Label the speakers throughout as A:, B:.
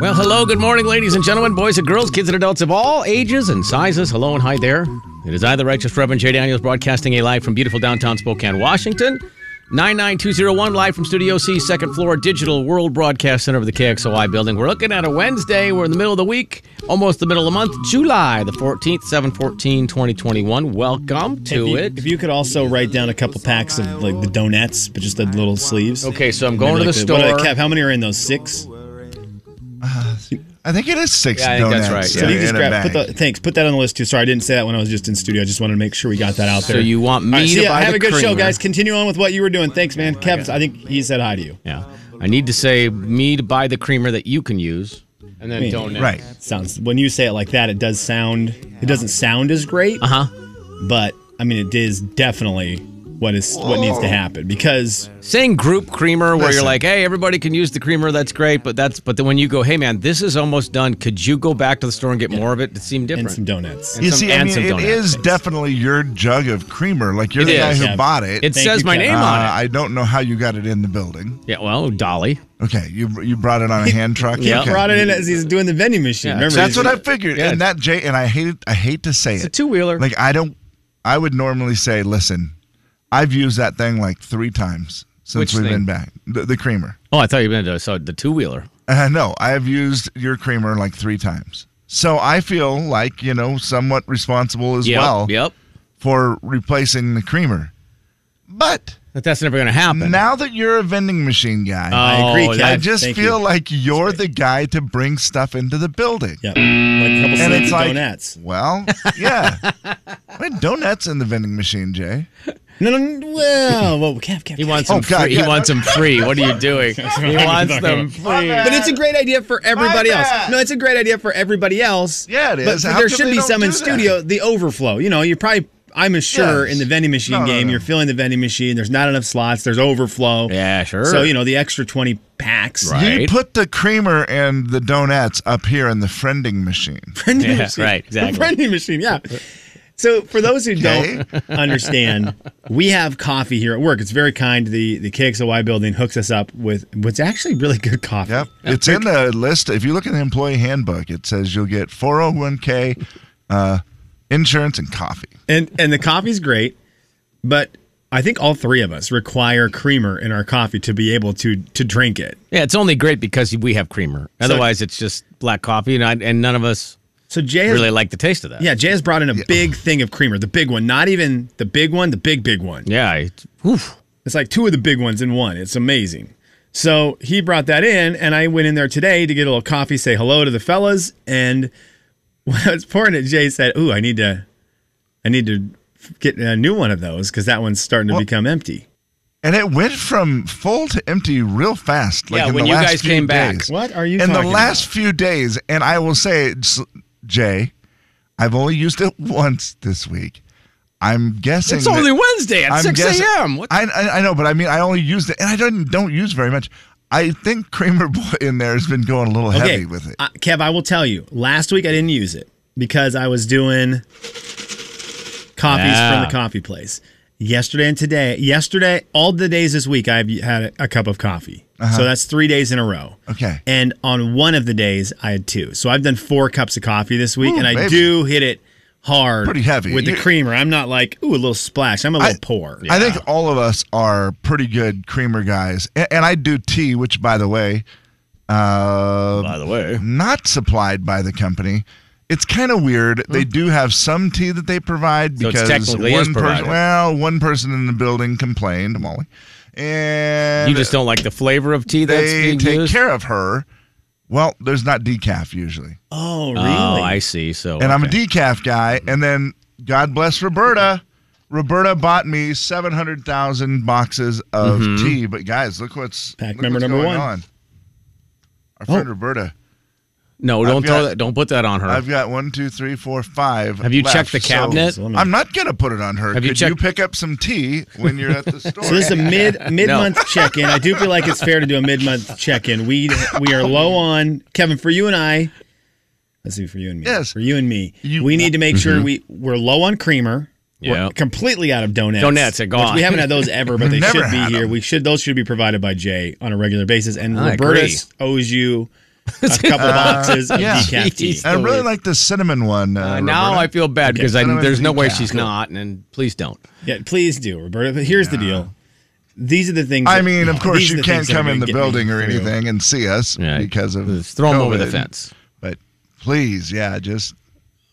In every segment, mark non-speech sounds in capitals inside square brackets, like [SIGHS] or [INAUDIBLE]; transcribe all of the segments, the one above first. A: Well, hello, good morning, ladies and gentlemen, boys and girls, kids and adults of all ages and sizes. Hello and hi there. It is I, the Righteous Reverend Jay Daniels, broadcasting a live from beautiful downtown Spokane, Washington. 99201, live from Studio C, second floor, Digital World Broadcast Center of the KXOI building. We're looking at a Wednesday. We're in the middle of the week, almost the middle of the month, July the 14th, 714, 2021. Welcome to
B: if you,
A: it.
B: If you could also write down a couple packs of like the donuts, but just the little sleeves.
A: Okay, so I'm going to
B: Maybe
A: the
B: like what are
A: store.
B: they, Kev, how many are in those? Six.
C: I think it is six
A: Yeah, I think
C: donuts.
A: that's right,
B: So
A: yeah.
B: you just
C: in a
B: grab. Put
C: bag.
B: the, thanks. Put that on the list too. Sorry, I didn't say that when I was just in studio. I just wanted to make sure we got that out
A: So
B: there.
A: you want me
B: All right,
A: to
B: see ya.
A: buy
B: Have
A: the
B: a good show,
A: creamer.
B: guys. Continue on with what you were doing. Thanks, man. Kev, I think he said hi to you.
A: yeah. I need to say me to buy the creamer that you can use and then
B: Me.
A: donuts.
C: Right.
B: Sounds when you say it like that, it does sound. It doesn't sound as great.
A: Uh huh.
B: but I mean, it is definitely what is what needs to happen because
A: saying group creamer where you're
C: Listen.
A: like hey everybody can use the creamer that's great but that's but then when you go hey man this is almost done could you go back to the store and get more of it it seemed
B: and
A: different
B: some donuts.
A: And
C: You
A: some-
C: see, I
A: and
C: mean,
A: some
C: it
A: donut
C: is
A: things.
C: definitely your jug of creamer. Like you're
A: It
C: the
A: is,
C: guy who
B: yeah.
C: bought it.
A: it
B: Thank
A: says
B: you,
A: my
B: Kev.
A: name
C: Uh,
A: on it
C: I don't know how you got it in the building.
A: yeah well dolly
C: Okay, you you brought it on
A: [LAUGHS]
C: a hand truck.
A: Yeah.
C: okay.
B: Brought it in as he's doing the vending machine.
A: Yeah.
B: Remember,
C: That's
B: he's-
C: what I figured.
A: Yeah.
C: And that Jay and I hate it. I hate to say
A: it's a
C: it.
A: two-wheeler
C: Like I don't. I would normally say, listen, I've used that thing like three times since
A: Which
C: we've
A: thing?
C: been back. The, the creamer.
A: oh i thought you meant uh, so the two-wheeler
C: Uh, no, I have used your creamer like three times. So I feel like you know somewhat responsible as
A: yep
C: well
A: yep
C: for replacing the creamer. But
A: but that's never gonna happen
C: now that you're a vending machine guy,
A: Oh,
B: I agree, Kev.
C: I
A: that-
C: just
B: Thank
C: feel
B: you.
C: like you're the guy to bring stuff into the building.
B: Yep. Like a couple
C: And
B: sleeves
C: it's
B: of
C: like,
B: donuts.
C: well, yeah.
A: [LAUGHS]
C: I had donuts in the vending machine, Jay.
B: No, no, no. Well, well, Kev, Kev,
A: he
B: Kev.
A: wants
C: Oh,
A: them
C: God,
A: free
C: yeah.
A: he wants them free what are you
C: [LAUGHS]
A: doing he wants them free
B: But it's a great idea for everybody
C: My
B: else.
C: bad.
B: No, it's a great idea for everybody else.
C: Yeah, it
B: But
C: is.
B: but
C: How
B: there
C: come
B: should
C: they
B: be
C: don't
B: some in
C: do that?
B: studio. The overflow. You know, you're probably. I'm sure
C: Yes.
B: in the vending machine
C: No, no,
B: game,
C: no.
B: you're filling the vending machine. There's not enough slots. There's overflow.
A: yeah sure
B: So you know the extra 20 packs.
A: Right.
C: You put the creamer and the donuts up here in the friending
A: [LAUGHS]
C: machine.
B: vending
A: Yeah,
B: machine. [LAUGHS]
A: right, exactly.
B: The vending machine, yeah. So for those who don't understand, we have coffee here at work. It's very kind. The the KXOY building hooks us up with what's actually really good coffee.
C: Yep. It's in the list. If you look in the employee handbook, it says you'll get 401k, uh, insurance, and coffee.
B: And and the coffee's great, but I think all three of us require creamer in our coffee to be able to to drink it.
A: yeah it's only great because we have creamer otherwise it's just black coffee and, I, and none of us
B: So Jay has,
A: really like the taste of that
B: yeah, Jay has brought in a big thing of creamer, the big one, not even the big one, the big big one.
A: yeah I- oof.
B: It's like two of the big ones in one. It's amazing. So he brought that in, and I went in there today to get a little coffee, say hello to the fellas. And [LAUGHS] when I was pouring it, Jay said, "Ooh, I need to, I need to get a new one of those because that one's starting to
C: Well-
B: become empty."
C: And it went from full to empty real fast. Like
A: Yeah,
C: in
A: when
C: the
A: you
C: last
A: guys
C: few
A: came back.
C: days.
B: What are you
C: In the
B: talking
C: last few days, and I will say, s- Jay, I've only used it [LAUGHS] once this week. I'm guessing
A: It's
C: that-
A: only Wednesday at
C: I'm
A: 6
C: guessing-
A: a.m. What?
C: I, I I know, but I mean, I only used it, and I don't don't use very much. I think Kramer [LAUGHS] Boy in there has been going a little heavy with it.
B: I- uh, Kev, I will tell you. Last week I didn't use it because I was doing coffees
A: Yeah.
B: from the coffee place. Yesterday and today, yesterday, all the days this week, I've had a, a cup of coffee. So that's three days in a row.
C: Uh-huh. Okay.
B: And on one of the days, I had two. So I've done four cups of coffee this week,
C: Ooh,
B: and I
C: baby.
B: do hit it hard,
C: Pretty heavy.
B: with the
C: You-
B: creamer. I'm not like ooh a little splash. I'm a little pour.
C: I think all of us are pretty good creamer guys, and, and I do tea, which by the way, uh,
A: By the way,
C: not supplied by the company. It's kind of weird. They do have some tea that they provide
A: Hmm. So it's
C: because
A: technically is
C: one person,
A: provided.
C: well, one person in the building complained, Molly, and
A: You just don't like the flavor of tea that's
C: they
A: being
C: take
A: used.
C: care of her. Well, there's not decaf usually,
B: Oh, really?
A: Oh, I see. So
C: and I'm a
A: okay.
C: decaf guy. And then God bless Roberta. Roberta bought me 700,000 boxes of
A: Mm-hmm.
C: tea. But guys, look what's
B: Pack
C: look
B: member
C: what's
B: number
C: going
B: one.
C: on. Our friend
B: Oh.
C: Roberta.
A: No, don't
C: got-
A: throw that. Don't put that on her.
C: I've got one, two, three, four, five.
A: Have you
C: left,
A: checked the
C: so
A: cabinet?
B: So let me-
C: I'm not gonna put it on her.
A: Have
C: Could
A: you
C: you,
A: checked-
C: pick up some tea when you're
A: [LAUGHS]
C: at the store?
B: So this is a mid mid month check in. I do feel like it's fair to do a mid month check in. We we are low on Kevin for you and I. Let's see for you and me.
C: Yes.
B: for you and me.
C: You-
B: we need to make sure we we're low on creamer.
A: Mm-hmm. Yeah.
B: We're completely out of donuts.
A: Donuts are
B: which
A: gone.
B: we haven't had those ever,
C: [LAUGHS]
B: but they
C: Never
B: should be
C: had
B: here.
C: them.
B: We should those should be provided by Jay on a regular basis. And
A: I
B: Roberta
A: agree.
B: owes
A: [LAUGHS]
B: you a couple boxes of
C: yeah.
B: decaf tea.
C: I really like the cinnamon one. Uh,
A: Uh, now
C: Roberta.
A: I feel bad because
C: I don't
A: I,
C: have
A: there's
C: to
A: no way
C: decaf.
A: she's
C: Cool.
A: not, and please don't.
B: Yeah, please do, Roberta. But here's the deal. These are the things.
C: I
B: that-
A: [LAUGHS]
C: mean, of
B: no,
C: course,
B: these are
C: you
B: the
C: can't
B: things that are
C: come in
B: gonna
C: the
B: get me
C: building or
B: through.
C: anything and see us
A: Yeah,
C: because of
A: just throw 'em over the
C: COVID.
A: fence.
C: But please, yeah, just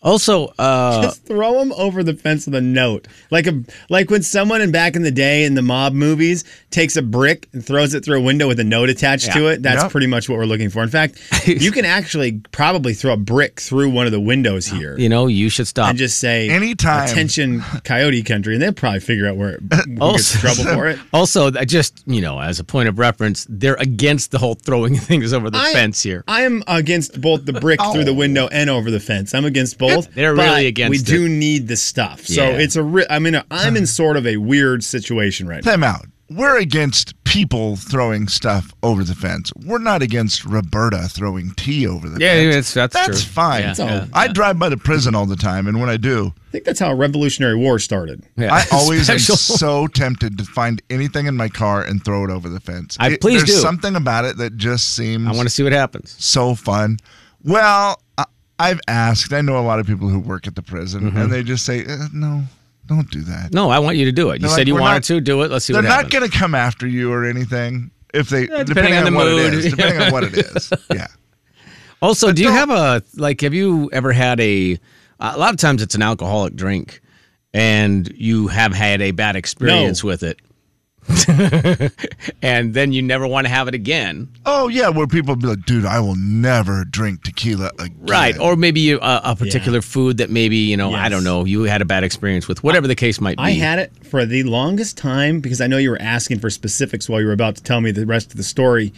A: Also,
C: [LAUGHS]
A: uh,
B: Just throw them over the fence with a note, like a like when someone in back in the day in the mob movies takes a brick and throws it through a window with a note attached to it. That's
C: Yep.
B: pretty much what we're looking for.
A: [LAUGHS]
B: In fact, you can actually probably throw a brick through one of the windows here
A: you know, you should stop.
B: and just say
C: Anytime.
B: attention coyote country, and they'll probably figure out
A: [LAUGHS]
B: where it who gets in trouble for it.
A: Also, I just you know, as a point of reference, they're against the whole throwing [LAUGHS] things over [LAUGHS] the
B: I-
A: fence here. Oh.
B: I am against both the brick through the window and over the fence. I'm against both.
A: They're
B: but
A: really against
B: We
A: it.
B: do need the stuff, so
A: Yeah.
B: it's a. Re- I'm in a.
A: [SIGHS]
B: I'm in sort of a weird situation right now.
C: time out. We're against people throwing stuff over the fence. We're not against Roberta throwing tea over the
A: Yeah,
C: fence.
A: it's- that's true.
C: fine.
A: Yeah,
B: So- yeah,
C: I drive by the prison all the time, and when I do,
B: I think that's how Revolutionary War started.
A: Yeah.
C: I always am
A: [LAUGHS] Special.
C: [LAUGHS] so tempted to find anything in my car and throw it over the fence.
A: I-
C: It-
A: please
C: there's
A: do.
C: something about it that just seems
A: I want to see what happens.
C: so fun. Well, I, I've asked. I know a lot of people who work at the prison,
A: Mm-hmm.
C: and they just say, eh, "No, don't do that."
A: No, I want you to do it. You
C: They're
A: said
C: like,
A: you
C: we're
A: wanted
C: not-
A: to do it. Let's see
C: They're
A: what
C: not
A: happens.
C: going to come after you or anything if they
A: depending
C: depending,
A: on
C: on,
A: the
C: what
A: mood.
C: it is. Depending on
A: [LAUGHS]
C: what it is, yeah.
A: also, do you have a like? Have you ever had a? A lot of times, it's an alcoholic drink, and you have had a bad experience with it. [LAUGHS] and then you never want to have it again,
C: Oh yeah, where people be like, "Dude, I will never drink tequila again."
A: right? Or maybe you, a, a particular food that maybe you know I
B: Yes.
A: don't know you had a bad experience with, whatever the case might be.
B: I had it for the longest time because I know you were asking for specifics while you were about to tell me the rest of the story.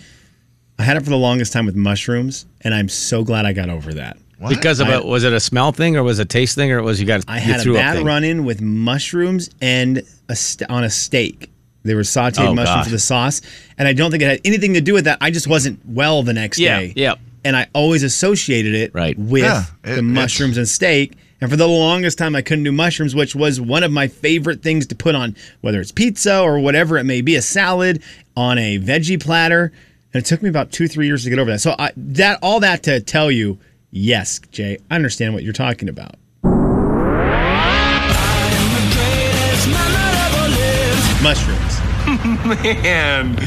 B: I had it for the longest time with mushrooms, and I'm so glad I got over that.
C: What?
A: Because of a was it a smell thing or was it a taste thing or was you got
B: I
A: you
B: had a
A: threw up
B: bad
A: thing?
B: run in with mushrooms and a st- on a steak. They were sauteed
A: Oh,
B: mushrooms
A: God.
B: with a sauce, and I don't think it had anything to do with that. I just wasn't well the next
A: Yeah,
B: day.
A: yeah.
B: And I always associated it
A: Right.
B: with
C: Yeah, it-
B: the
C: it's-
B: mushrooms and steak. And for the longest time, I couldn't do mushrooms, which was one of my favorite things to put on, whether it's pizza or whatever it may be, a salad on a veggie platter. And it took me about two, three years to get over that. So I, that all that to tell you, yes, Jay, I understand what you're talking about. mushrooms.
D: Man,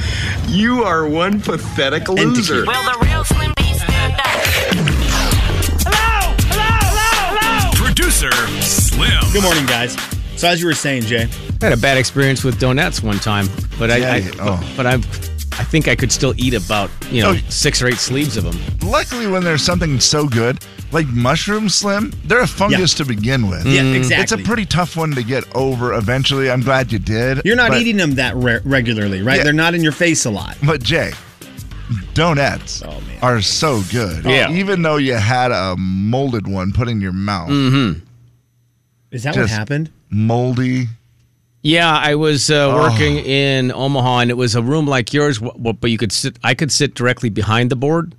D: you are one pathetic
B: tequila.
D: loser.
E: Will the real Slim B stand up?
F: Hello! Hello! Hello! Hello!
D: Producer Slim.
B: Good morning, guys. So as you were saying, Jay,
A: I had a bad experience with donuts one time, but I,
C: Yeah,
A: I
C: you- oh.
A: but, but I I think I could still eat about you know
C: Oh.
A: six or eight sleeves of them.
C: Luckily, when there's something so good like mushroom slim, they're a fungus to begin with.
B: Yeah, exactly.
C: Mm. It's a pretty tough one to get over. Eventually, I'm glad you did.
B: you're not
C: but-
B: eating them that re- regularly, right?
C: Yeah.
B: They're not in your face a lot.
C: But Jay, donuts
B: Oh, man.
C: are so good.
A: Oh, Yeah.
C: Even though you had a molded one put in your mouth,
A: Mm.
B: Is that what
C: Just-
B: happened? [LAUGHS]
C: moldy.
A: Yeah, I was uh, working in Omaha, and it was a room like yours, wh- wh- but you could sit. I could sit directly behind the board,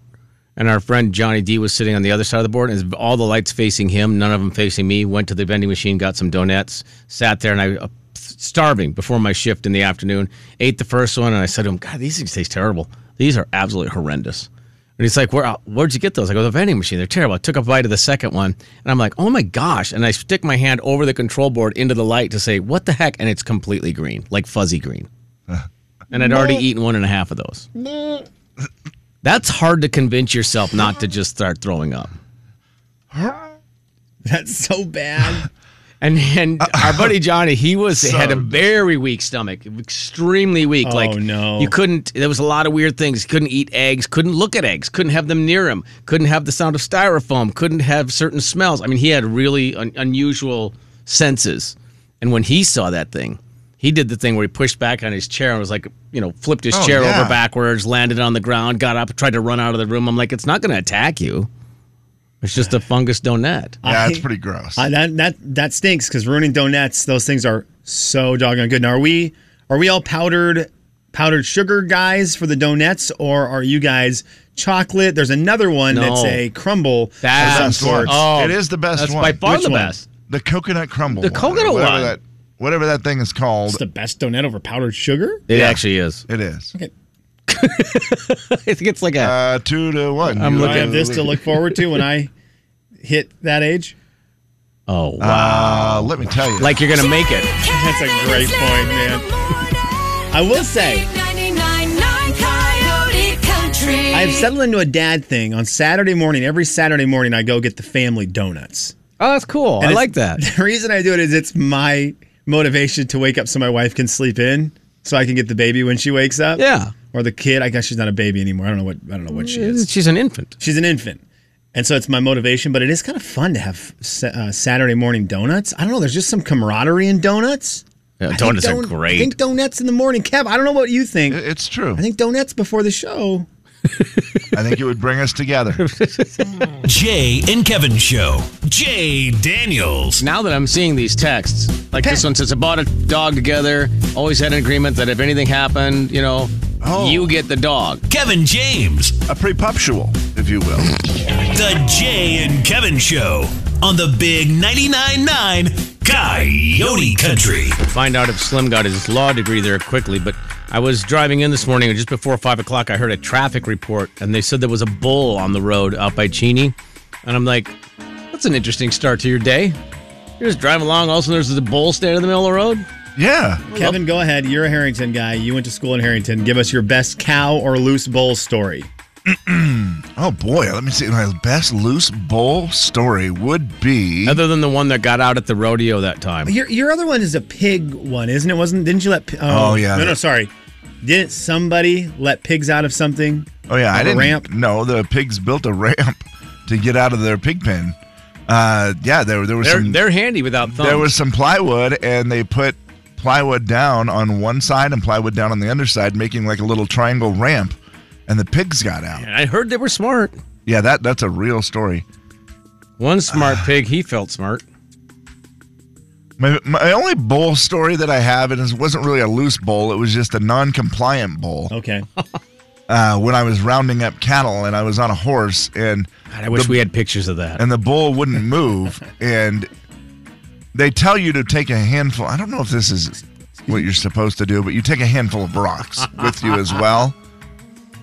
A: and our friend Johnny D was sitting on the other side of the board, and all the lights facing him, none of them facing me. Went to the vending machine, got some donuts, sat there, and I uh, starving before my shift in the afternoon. Ate the first one, and I said to him, "God, these things taste terrible. These are absolutely horrendous." And he's like, Where, uh, where'd you get those? I go, the vending machine. They're terrible. I took a bite of the second one and I'm like, oh my gosh. And I stick my hand over the control board into the light to say, what the heck? And it's completely green, like fuzzy green. and I'd already eaten one and a half of those. That's hard to convince yourself not to just start throwing up.
B: That's so bad.
A: And
C: [LAUGHS]
A: and our buddy Johnny, he was had a very weak stomach, extremely weak.
B: Oh,
A: like
B: no.
A: you couldn't. There was a lot of weird things. Couldn't eat eggs. Couldn't look at eggs. Couldn't have them near him. Couldn't have the sound of styrofoam. Couldn't have certain smells. I mean, he had really un- unusual senses. And when he saw that thing, he did the thing where he pushed back on his chair and was like, you know, flipped his
C: Oh,
A: chair
C: yeah.
A: over backwards, landed on the ground, got up, tried to run out of the room. I'm like, it's not going to attack you. It's just a fungus donut.
C: Yeah, that's pretty gross.
B: Uh, that that that stinks because ruining donuts. Those things are so doggone good. Now, are we are we all powdered powdered sugar guys for the donuts, or are you guys chocolate? There's another one
A: No.
B: that's a crumble. of
A: That's-
B: some
C: Best
B: sort.
C: one.
A: Oh,
C: it is the best
A: That's
C: one.
A: by far
B: Which
A: the
B: one?
A: best.
C: The coconut crumble.
A: The
C: one, or
A: coconut
C: whatever
A: one.
C: That, whatever that thing is called,
B: It's the best donut over powdered sugar.
A: It actually [LAUGHS] is.
C: it is.
A: I think it's like a.
C: Uh, two to one.
A: I'm
C: You
B: Do I have this to
C: lose.
B: look forward to when
C: [LAUGHS]
B: I hit that age?
A: oh wow!
C: Uh, let me tell you.
A: like you're gonna make it.
B: That's a great point, man. I will say. I've settled into a dad thing. On Saturday morning, every Saturday morning, I go get the family donuts.
A: [LAUGHS]
B: [LAUGHS]
A: Oh, that's cool. I
B: And
A: like [LAUGHS]
B: it's-
A: that.
B: The reason I do it is it's my motivation to wake up so my wife can sleep in, so I can get the baby when she wakes up.
A: Yeah.
B: Or the kid. I guess she's not a baby anymore. I don't know what I don't know what she is.
A: She's an [LAUGHS] infant.
B: She's an infant, and so it's my motivation. But it is kind of fun to have sa- uh, Saturday morning donuts. I don't know. There's just some camaraderie in donuts. I think
A: donuts are
B: don-
A: great. Uh,
B: I think donuts in the morning, Kev. I don't know what you think.
C: It- it's true.
B: I think donuts before the show.
C: [LAUGHS] I think it would bring us together.
D: Jay and Kevin Show. Jay Daniels.
A: now that I'm seeing these texts, like this one says, I bought a dog together, always had an agreement that if anything happened, you know,
C: Oh.
A: you get the dog.
D: Kevin James.
C: A prepuptial, if you will.
D: The Jay and Kevin Show on the Big 99.9 9 Coyote Country.
A: Find out if Slim got his law degree there quickly, but I was driving in this morning and just before five o'clock I heard a traffic report and they said there was a bull on the road out by Cheney. And I'm like, that's an interesting start to your day. You're just driving along, all of a sudden there's a bull standing in the middle of the road.
C: Yeah.
B: Kevin, go ahead. You're a Harrington guy. You went to school in Harrington. Give us your best cow or loose bowl story.
C: Oh boy, let me see. My best loose bowl story would be.
A: Other than the one that got out at the rodeo that time.
B: Your your other one is a pig one, isn't it? Wasn't didn't you let? pi-
C: Oh, yeah.
B: No, no, sorry. Didn't somebody let pigs out of something?
C: Oh yeah, I
B: Have a
C: didn't.
B: ramp?
C: No, the pigs built a ramp to get out of their pig pen. Uh, yeah, there there was
A: They're,
C: some
A: they're handy without thumbs.
C: there was some plywood, and they put plywood down on one side and plywood down on the underside, making like a little triangle ramp, and the pigs got out.
A: I heard they were smart.
C: Yeah, that that's a real story.
A: One smart pig, he felt smart.
C: My, my only bowl story that I have, and it wasn't really a loose bowl, it was just a non compliant bowl.
B: [LAUGHS] Okay.
C: Uh, when I was rounding up cattle and I was on a horse, and
A: God, I wish we had pictures of that.
C: and the bull wouldn't move and they tell you to take a handful i don't know if this is what you're supposed to do but you take a handful of rocks with you as well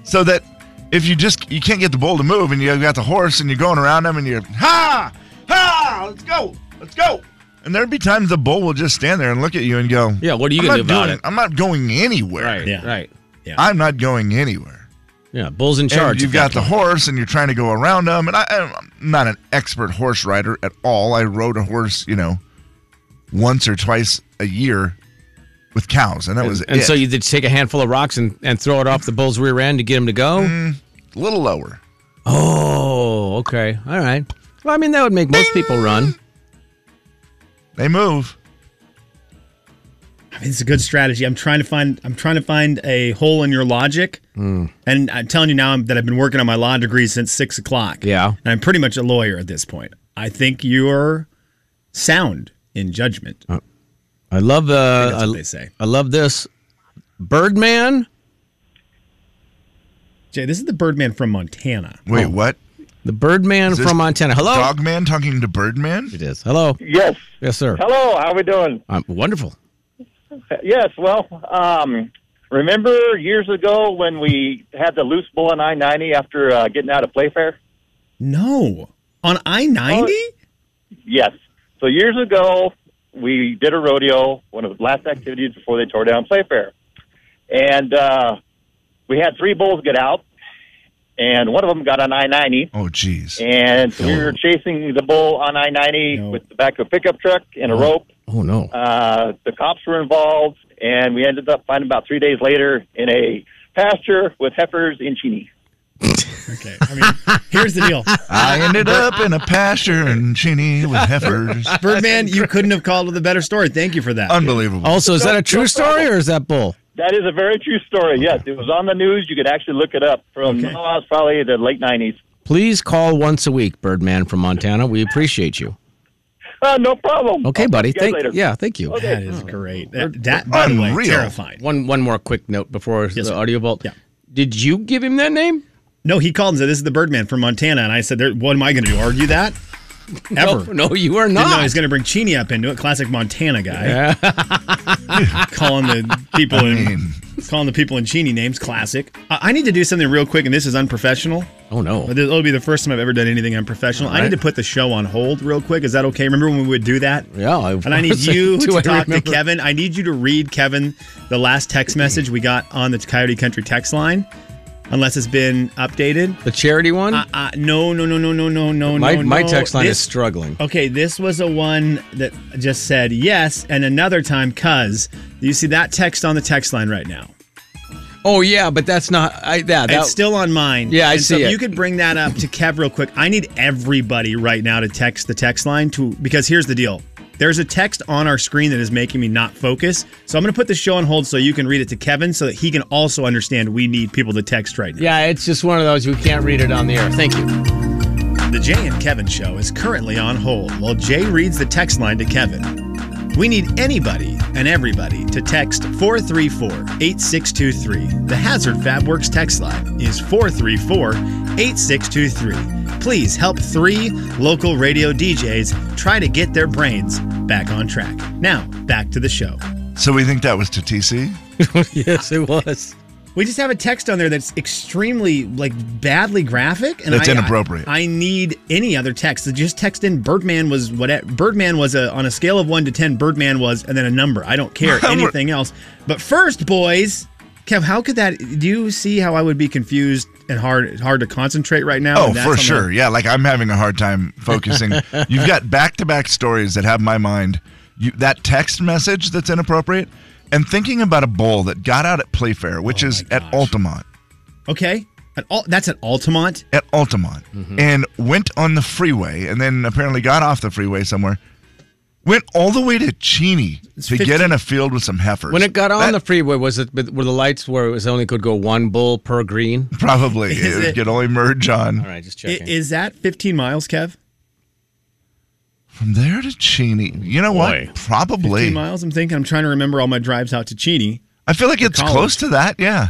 C: so that if you just you can't get the bull to move and you got the horse and you're going around him and you're ha ha let's go let's go and there'd be times the bull will just stand there and look at you and go
A: Yeah, what are you
C: "I'm
A: gonna
C: not
A: do about
C: doing-
A: it?"
C: i'm not going anywhere
A: right,
B: Yeah.
A: right.
C: i'm not going anywhere
A: Yeah, bulls in
C: and
A: charge.
C: You've got the horse, and you're trying to go around them. And I, I'm not an expert horse rider at all. I rode a horse, you know, once or twice a year with cows, and that was
A: And
C: it.
A: so you did take a handful of rocks and, and throw it off the bull's rear end to get him to go?
G: Mm.
C: a little lower.
A: Oh, okay. All right. Well, I mean, that would make most people run.
C: They move.
B: I mean, it's a good strategy. I'm trying to find I'm trying to find a hole in your logic, and I'm telling you now that I've been working on my law degree since six o'clock.
A: Yeah.
B: and I'm pretty much a lawyer at this point. I think you're sound in judgment.
A: I love uh,
B: That's
A: I,
B: what they say.
A: I love this. Birdman.
B: Jay, this is the Birdman from Montana.
C: Wait,
A: Oh.
C: what?
A: The Birdman
C: this
A: from Montana. Hello.
C: Dogman talking to Birdman?
A: It is. Hello.
G: Yes.
A: Yes, sir.
G: Hello. How we doing?
A: I'm wonderful.
G: Yes. Well, um, remember years ago when we had the loose bull on I ninety after uh, getting out of Playfair?
B: No, on I ninety.
G: Yes. So years ago, we did a rodeo, one of the last activities before they tore down Playfair, and uh, we had three bulls get out, and one of them got on I ninety.
C: Oh, jeez.
G: And we were chasing the bull on I ninety with the back of a pickup truck and a rope.
A: Oh no.
G: Uh, the cops were involved, and we ended up finding about three days later in a pasture with heifers in Cheney.
B: okay, I mean, here's the deal.
C: I ended up in a pasture in Cheney with heifers.
B: [LAUGHS] Birdman, you couldn't have called with a better story. Thank you for that.
C: Unbelievable.
A: Also, is that a true story or is that bull?
G: That is a very true story. Yes, it was on the news. You could actually look it up from
B: Okay.
G: oh, it was probably the late nineties.
A: Please call once a week, Birdman from Montana. We appreciate you.
G: Uh, no problem.
A: Okay,
G: I'll
A: buddy.
G: talk to you
A: Thank
G: guys later.
A: yeah, thank you.
B: That is great. That, that by the way,
C: Unreal.
B: terrifying.
A: One one more quick note before the
B: sir.
A: audio vault.
B: Yeah.
A: Did you give him that name?
B: No, he called and said, "This is the Birdman from Montana," and I said, there, "What am I going to do? Argue that?" Ever?
A: No, no you are
B: Didn't know
A: not.
B: he's going to bring Cheney up into it. Classic Montana guy. [LAUGHS] calling the people in
C: mean-
B: calling the people in Cheney names. Classic. I, I need to do something real quick, and this is unprofessional.
A: oh
B: But
A: no.
B: this- It'll be the first time I've ever done anything unprofessional. I
A: right.
B: need to put the show on hold real quick. Is that okay? Remember when we would do that?
A: Yeah, I-
B: And I need
A: [LAUGHS]
B: you
A: Do
B: to
A: I
B: talk to
A: remember?
B: Kevin. I need you to read Kevin the last text message we got on the Coyote Country text line, unless it's been updated.
A: The charity one?
B: Uh, uh, no, no, no, no, no, no, no,
A: my
B: no.
A: my
B: no.
A: text line
B: This-
A: is struggling.
B: Okay, this was a one that just said yes, and another time cuz. You see that text on the text line right now.
A: Oh yeah, but that's not I yeah, that
B: it's still on mine.
A: Yeah, I
B: and So
A: see
B: if
A: it.
B: you could bring that up to Kev real quick. I need everybody right now to text the text line to because here's the deal. There's a text on our screen that is making me not focus. So I'm going to put the show on hold so you can read it to Kevin so that he can also understand we need people to text right now.
A: Yeah, it's just one of those we can't read it on the air. Thank you.
B: [LAUGHS] The Jay and Kevin show is currently on hold while Jay reads the text line to Kevin. We need anybody and everybody to text 434 8623. The Hazard Fabworks text line is 434 8623. Please help three local radio DJs try to get their brains back on track. Now, back to the show.
C: So we think that was to TC?
A: yes, it was.
B: We just have a text on there that's extremely like badly graphic and
C: That's
B: I-
C: inappropriate.
B: I, I need any other text. Just text in Birdman was what Birdman was a, on a scale of 1 to 10 Birdman was and then a number. I don't
C: [LAUGHS]
B: care anything else. But first boys, Kev, how could that do you see how I would be confused and hard hard to concentrate right now?
C: Oh,
B: And that's
C: for
B: on the-
C: sure. Yeah, like I'm having a hard time focusing. You've got back-to-back stories that have my mind. You, that text message that's inappropriate, and thinking about a bowl that got out at Playfair, which is at Altamont.
B: Okay. At all, that's at Altamont.
C: At Altamont,
A: Mm-hmm.
C: and went on the freeway, and then apparently got off the freeway somewhere. Went all the way to Cheney to
B: 15
C: get in a field with some heifers.
A: When it got on
C: That- [LAUGHS]
A: the freeway, was it but were the lights where it was only could go one bull per green? [LAUGHS]
C: probably
B: Is
C: it,
B: it-
C: could only merge on
A: All right, just
B: I-
A: checking.
B: Is that 15 miles, Kev?
C: from there to Cheney. You know
A: Boy.
C: what? Probably.
B: 15 miles. I'm thinking I'm trying to remember all my drives out to Cheney.
C: I feel like it's
B: college.
C: close to that. Yeah.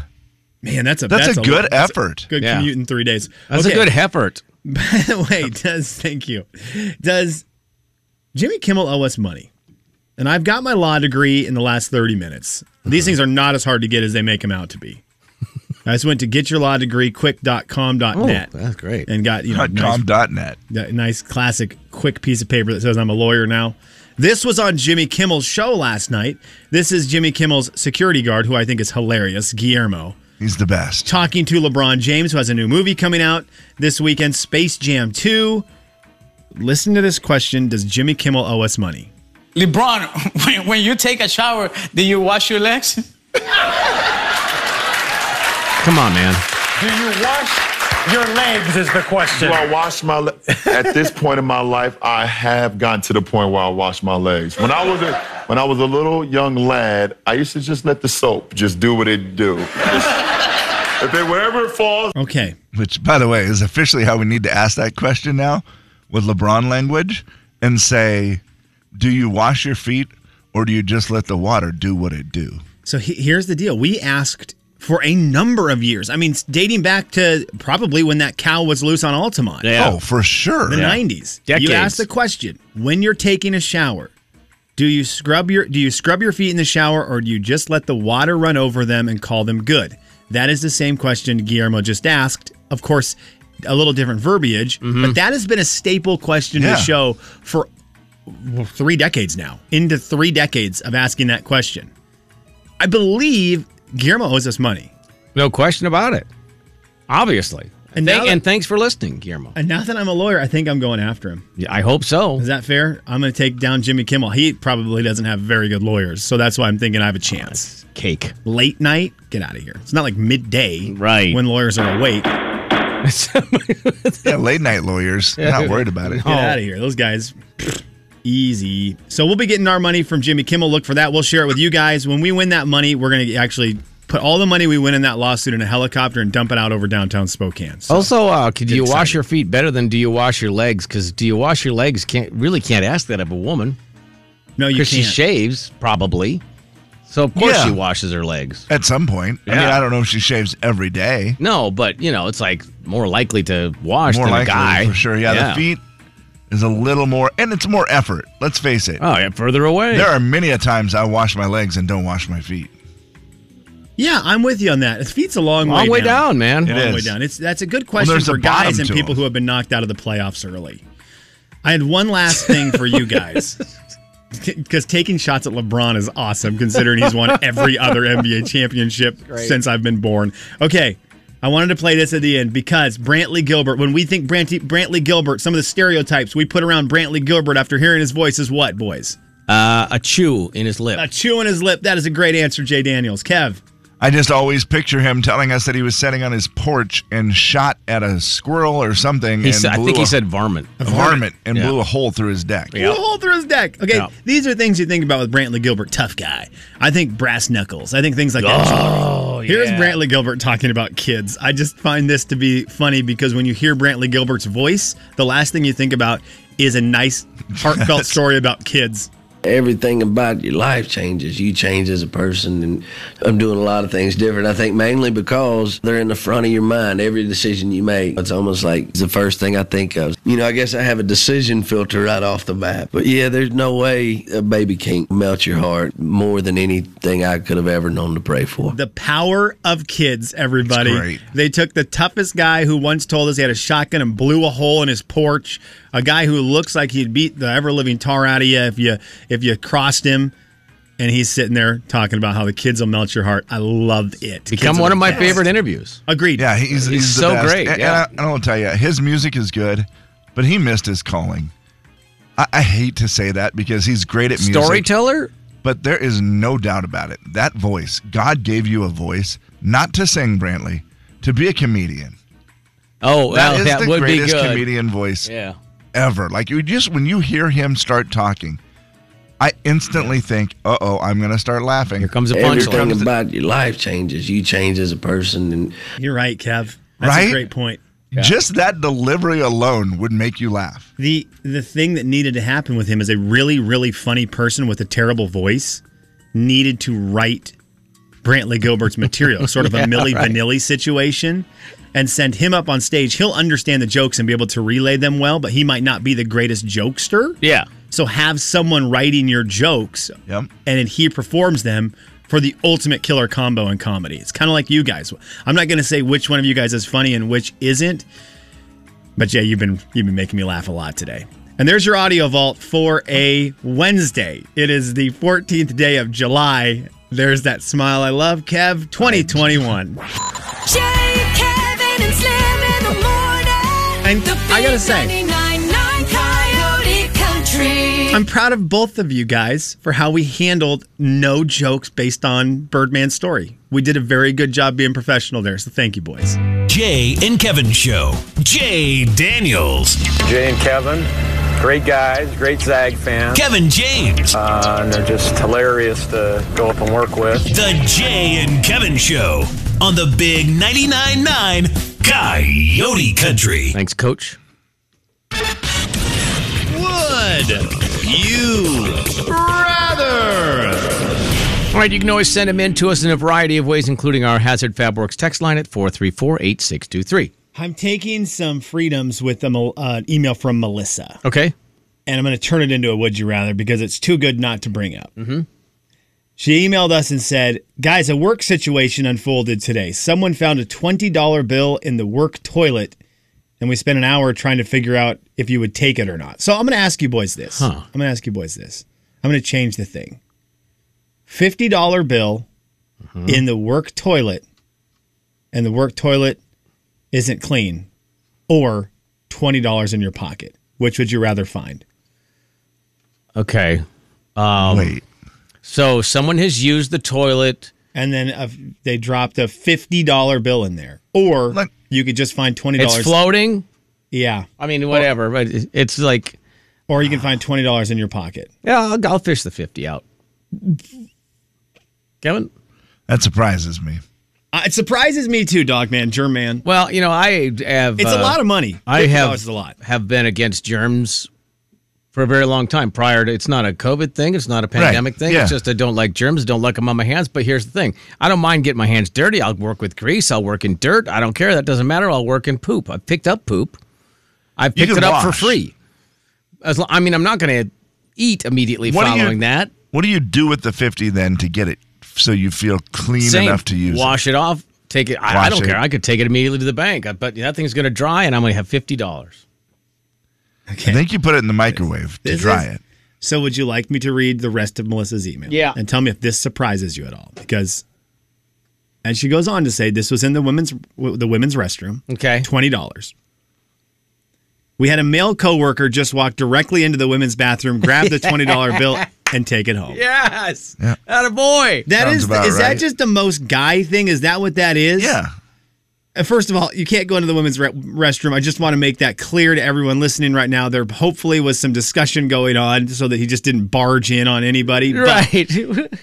B: Man, that's a
C: That's a good
B: lot- that's a
C: effort.
B: good
A: Yeah.
B: commute in three days.
A: That's
B: Okay,
A: a
B: [LAUGHS]
A: good effort.
B: By the way, does thank you. Does Jimmy Kimmel owe us money? And I've got my law degree in the last thirty minutes. These things are not as hard to get as they make them out to be. I just went to
A: Oh,
B: getyourlawdegreequick.com.net
A: that's great.
B: and got you know
C: dot
B: nice,
C: com.net.
B: that nice classic quick piece of paper that says I'm a lawyer now. This was on Jimmy Kimmel's show last night. This is Jimmy Kimmel's security guard, who I think is hilarious, Guillermo
C: He's the best.
B: talking to LeBron James, who has a new movie coming out this weekend, Space Jam 2. Listen to this question Does Jimmy Kimmel owe us money?
H: LeBron, [LAUGHS] when, when you take a shower, do you wash your legs?
A: Come on, man.
I: Do you wash your legs? Is the question.
J: Do I wash my le- At this point in my life, I have gotten to the point where I wash my legs. When I was a when I was a little young lad, I used to just let the soap just do what it do. Just- if it wherever it falls,
B: Okay.
C: Which, by the way, is officially how we need to ask that question now with LeBron language and say, do you wash your feet or do you just let the water do what it do?
B: So he, here's the deal we asked for a number of years. I mean, it's dating back to probably when that cow was loose on Altamont.
C: Oh, for sure.
B: The 90s.
A: Decades.
B: You asked the question, when you're taking a shower, do you scrub your do you scrub your feet in the shower or do you just let the water run over them and call them good? That is the same question Guillermo just asked. Of course, a little different verbiage, but that has been a staple question to
C: Yeah.
B: the show for well, 3 decades now. Into 3 decades of asking that question. I believe Guillermo owes us money.
A: No question about it. Obviously.
B: And,
A: Thank- and thanks for listening, Guillermo.
B: And now that I'm a lawyer, I think I'm going after him.
A: Yeah, I hope so.
B: Is that fair? I'm going to take down Jimmy Kimmel. He probably doesn't have very good lawyers, so that's why I'm thinking I have a chance. [LAUGHS]
A: cake.
B: Late night, get out of here. It's not like midday,
A: right?
B: When lawyers are awake.
A: [LAUGHS]
C: yeah, late night lawyers. They're Not worried about it.
A: Oh.
B: Get out of here. Those guys, pfft, easy. So we'll be getting our money from Jimmy Kimmel. Look for that. We'll share it with you guys. When we win that money, we're going to actually put all the money we win in that lawsuit in a helicopter and dump it out over downtown Spokane. So
A: Also, uh, could
B: Get
A: you wash your feet better than do you wash your legs? Because do you wash your legs can't really can't ask that of a woman.
B: No, you
A: she
B: can't.
A: shaves probably, so of course
C: Yeah.
A: she washes her legs.
C: At some point. I mean,
A: Yeah.
C: I don't know if she shaves every day.
A: No, but you know it's like more likely to wash
C: More
A: than
C: likely,
A: a guy
C: for sure. Yeah, the feet is a little more, and it's more effort. Let's face it.
A: Oh, yeah, further away.
C: There are many a times I wash my legs and don't wash my feet.
B: yeah, I'm with you on that. His feet's a long,
A: Long way
B: way, down.
A: down, man. It
B: long way
A: is.
B: down. It's that's a good question
C: there's
B: for
C: a bottom
B: guys and
C: to
B: people
C: them.
B: who have been knocked out of the playoffs early. I had one last thing for you
C: [LAUGHS]
B: guys. Because taking shots at LeBron is awesome, considering he's won every other NBA championship
C: [LAUGHS]
K: Great.
B: since I've been born. Okay, I wanted to play this at the end because Brantley Gilbert, when we think Branty, Brantley Gilbert, some of the stereotypes we put around Brantley Gilbert after hearing his voice is what, boys?
A: Uh, a chew in his lip.
B: A chew on his lip. That is a great answer, Jay Daniels. Kev.
C: I just always picture him telling us that he was sitting on his porch and shot at a squirrel or something.
A: He
C: and
A: said, I
C: blew
A: think
C: a-
A: he said varmint.
C: a varmint and
A: Yeah.
C: blew a hole through his deck.
B: Blew a hole through his deck. Okay,
C: Yeah.
B: these are things you think about with Brantley Gilbert, tough guy. I think brass knuckles. I think things like that.
A: Oh,
B: Here's
A: yeah.
B: Brantley Gilbert talking about kids. I just find this to be funny because when you hear Brantley Gilbert's voice, the last thing you think about is a nice,
A: [LAUGHS]
B: heartfelt story about kids.
L: Everything about your life changes. You change as a person, and I'm doing a lot of things different. I think mainly because they're in the front of your mind. Every decision you make, it's almost like it's the first thing I think of. You know, I guess I have a decision filter right off the bat. But yeah, there's no way a baby can't melt your heart more than anything I could have ever known to pray for.
B: The power of kids, everybody.
L: It's great.
B: They took the toughest guy who once told us he had a shotgun and blew a hole in his porch. A guy who looks like he'd beat the ever living tar out of you if you if you crossed him. And he's sitting there talking about how the kids will melt your heart. I love it.
A: Become
B: Kids are
A: one
B: the
A: of my
B: best.
A: favorite interviews.
B: Agreed.
C: Yeah, he's, he's, the
A: so
C: best.
A: great,
C: And,
A: yeah.
C: and I, and I'll tell you, his music is good, but he missed his calling. I, I hate to say that because he's great at music.
A: Storyteller?
C: But there is no doubt about it. That voice, God gave you a voice not to sing, Brantley, to be a comedian.
A: Oh,
C: That
A: well,
C: is
A: that
C: the
A: would be
C: greatest
A: good.
C: comedian voice
A: Yeah.
C: ever. Like you just when you hear him start talking, I instantly think, "Uh oh, I'm gonna start laughing." Here
A: comes
L: Everything about your life changes. You change as a person, and
B: You're right, Kev. That's
C: Right?
B: a great point.
C: Just that delivery alone would make you laugh.
B: The the thing that needed to happen with him is a really really funny person with a terrible voice needed to write Brantley Gilbert's material, sort
K: [LAUGHS]
B: of
K: Yeah,
B: a Millie
K: right.
B: Vanilli situation, and send him up on stage. He'll understand the jokes and be able to relay them well, but he might not be the greatest jokester.
A: Yeah.
B: So have someone writing your jokes,
C: yep.
B: and then he performs them for the ultimate killer combo in comedy. It's kind of like you guys. I'm not going to say which one of you guys is funny and which isn't, but yeah, you've been you've been making me laugh a lot today. And there's your audio vault for a Wednesday. It is the 14th day of July. There's that smile I love, Kev. 2021.
F: Jay, Kevin, and Slim in the morning.
B: And I gotta say,
F: 99.9 Coyote Country.
B: I'm proud of both of you guys for how we handled no jokes based on Birdman's story. We did a very good job being professional there, so thank you, boys.
D: Jay and Kevin Show. Jay Daniels.
M: Jay and Kevin, great guys, great Zag fans.
D: Kevin James.
M: Uh, and they're just hilarious to go up and work with.
D: The Jay and Kevin Show on the Big 99.9 9 Coyote Country.
A: Thanks, Coach.
D: Would you rather?
A: All right, you can always send them in to us in a variety of ways, including our Hazard Fabworks text line at 434 8623.
B: I'm taking some freedoms with an uh, email from Melissa.
A: Okay.
B: And I'm going to turn it into a would you rather because it's too good not to bring up. Mm-hmm. She emailed us and said, Guys, a work situation unfolded today. Someone found a $20 bill in the work toilet, and we spent an hour trying to figure out if you would take it or not. So I'm going to ask you boys this.
A: Huh.
B: I'm going to ask you boys this. I'm going to change the thing $50 bill in the work toilet, and the work toilet isn't clean or $20 in your pocket? Which would you rather find?
A: Okay. Um, Wait. So someone has used the toilet.
B: And then a, they dropped a $50 bill in there. Or you could just find $20.
A: It's floating.
B: Yeah.
A: I mean, whatever, but it- it's like.
B: Or you can find $20 in your pocket.
A: Yeah, I'll, I'll fish the 50 out. Kevin?
C: That surprises me.
B: Uh, it surprises me too, dog man, germ man.
A: Well, you know, I have.
B: It's a
A: uh,
B: lot of money.
A: I
B: $50
A: have
B: is a lot.
A: have been against germs for a very long time. Prior to it's not a COVID thing, it's not a pandemic thing.
C: yeah.
A: It's just I don't like germs, don't like them on my hands. But here's the thing: I don't mind getting my hands dirty. I'll work with grease. I'll work in dirt. I don't care. That doesn't matter. I'll work in poop. I picked up poop. I picked
C: can
A: it up for
C: wash.
A: free. As lo- I mean, I'm not going to eat immediately following
C: you,
A: that.
C: What do you do with the 50 then to get it so you feel clean
A: Same.
C: enough to use
A: Wash it off. Take it. I, I
C: Wash
A: don't
C: it.
A: care. I could take it immediately to the bank, I- but that thing's going to dry, and I'm going to have fifty dollars.
C: it? I think you put it in the microwave to
B: This
C: dry
B: is-
C: it.
B: So, would you like me to read the rest of Melissa's email?
A: Yeah.
B: And tell me if this surprises you at all, because. And she goes on to say this was in the women's w- the women's restroom.
A: Okay.
B: Twenty dollars. We had a male coworker just walk directly into the women's bathroom, grab the twenty dollar bill, and take it
A: [LAUGHS]
B: home.
A: Yes, that a boy.
B: That is is that just the most guy thing? Is that what that is? Yeah. First of all, you can't go into the women's re- restroom. I just want to make that clear to everyone listening right now. There hopefully was some discussion going on so that he just didn't barge in on anybody. But
A: Right.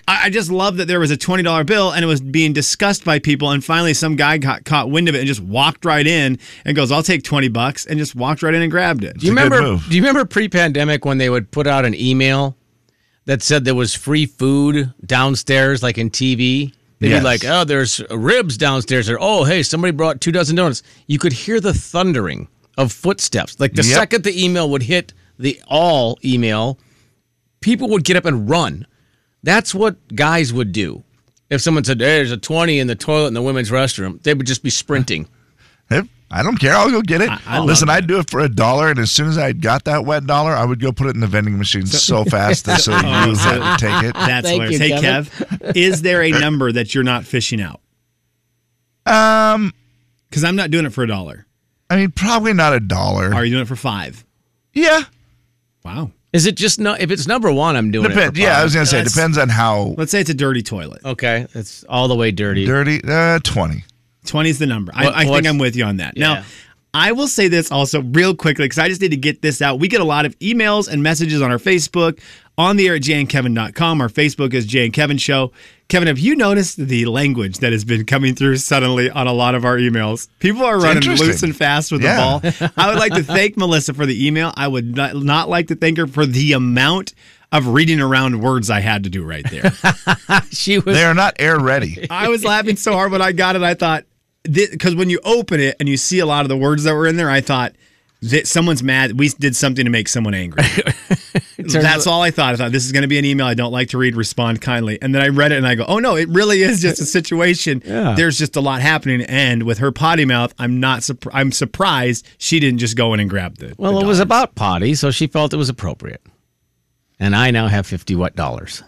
B: I, I just love that there was a twenty dollar bill and it was being discussed by people, and finally some guy got caught wind of it and just walked right in and goes, "I'll take twenty bucks," and just walked right in and grabbed
A: [LAUGHS]
B: it.
A: Do you remember? Do you remember pre-pandemic when they would put out an email that said there was free food downstairs, like in TV? They'd
K: Yes.
A: be like, "Oh, there's ribs downstairs," or "Oh, hey, somebody brought two dozen donuts." You could hear the thundering of footsteps. Like the
K: Yep.
A: second the email would hit the all email, people would get up and run. That's what guys would do. If someone said, hey, "There's a twenty in the toilet in the women's restroom," they would just be sprinting.
C: If- I don't care. I'll go get it.
A: I love
C: Listen, I'd do it for a dollar, and as soon as I got that wet dollar, I would go put it in the vending machine so,
A: [LAUGHS]
C: fast that so you
B: Oh, so-
C: had to take
B: [LAUGHS]
C: it.
B: That's hilarious. hey, Kev, is there a number that you're not fishing out?
C: Um,
B: because I'm not doing it for a dollar.
C: I mean, probably not a dollar.
B: Are you doing it for five?
C: Yeah.
B: Wow.
A: Is it just no? If it's number one, I'm doing it.
C: Depend-
A: for
C: yeah, I
A: fun.
C: was gonna say it depends on how
B: Let's say it's a dirty toilet.
A: Okay, it's all the way dirty.
C: dirty. Uh, twenty.
B: 20 is the number.
A: What-
B: I, I think
A: what's-
B: I'm with you on that.
A: Yeah.
B: Now, I will say this also real quickly because I just need to get this out. We get a lot of emails and messages on our Facebook, on the air at jankevin.com. Our Facebook is Jay and Kevin Show. Kevin, have you noticed the language that has been coming through suddenly on a lot of our emails? People are
K: It's
B: running
K: interesting.
B: loose and fast with
K: Yeah.
B: the ball. I would
K: [LAUGHS]
B: like to thank Melissa for the email. I would not, not like to thank her for the amount of reading around words I had to do right there.
A: she was.
C: They are not air ready.
B: I was laughing so hard when I got it. I thought, because when you open it and you see a lot of the words that were in there, I thought that someone's mad. We did something to make someone angry. That's all I thought. I thought this is going to be an email I don't like to read. Respond kindly. And then I read it and I go, oh no, it really is just a situation.
K: Yeah.
B: There's just a lot happening. And with her potty mouth, I'm not. Surpri- I'm surprised she didn't just go in and grab the.
A: Well, it was about potty, so she felt it was appropriate. And I now have fifty what dollars.